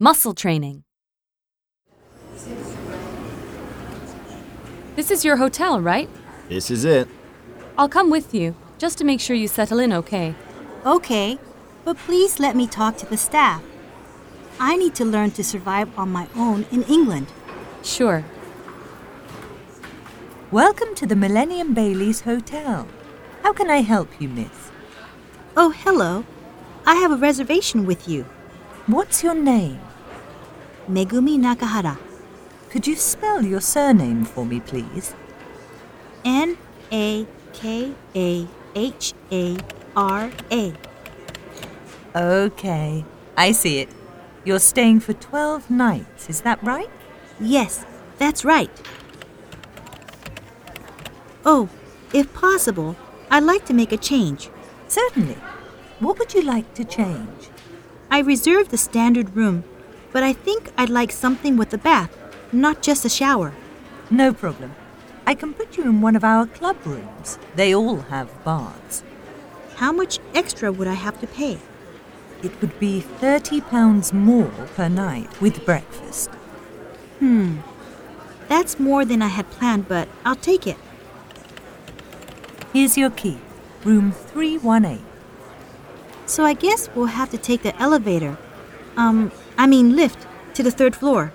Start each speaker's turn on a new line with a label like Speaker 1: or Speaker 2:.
Speaker 1: Muscle training. This is your hotel, right?
Speaker 2: This is it.
Speaker 1: I'll come with you, just to make sure you settle in okay.
Speaker 3: Okay, but please let me talk to the staff. I need to learn to survive on my own in England.
Speaker 1: Sure.
Speaker 4: Welcome to the Millennium Bailey's Hotel. How can I help you, miss?
Speaker 3: Oh, hello. I have a reservation with you.
Speaker 4: What's your name?
Speaker 3: Megumi Nakahara.
Speaker 4: Could you spell your surname for me, please?
Speaker 3: N A K A H A R A.
Speaker 4: Okay, I see it. You're staying for 12 nights, is that right?
Speaker 3: Yes, that's right. Oh, if possible, I'd like to make a change.
Speaker 4: Certainly. What would you like to change?
Speaker 3: I reserved the standard room, but I think I'd like something with a bath, not just a shower.
Speaker 4: No problem. I can put you in one of our club rooms. They all have baths.
Speaker 3: How much extra would I have to pay?
Speaker 4: It would be £30 more per night with breakfast.
Speaker 3: Hmm. That's more than I had planned, but I'll take it.
Speaker 4: Here's your key, room 318.
Speaker 3: So I guess we'll have to take the elevator. Um, I mean lift to the third floor.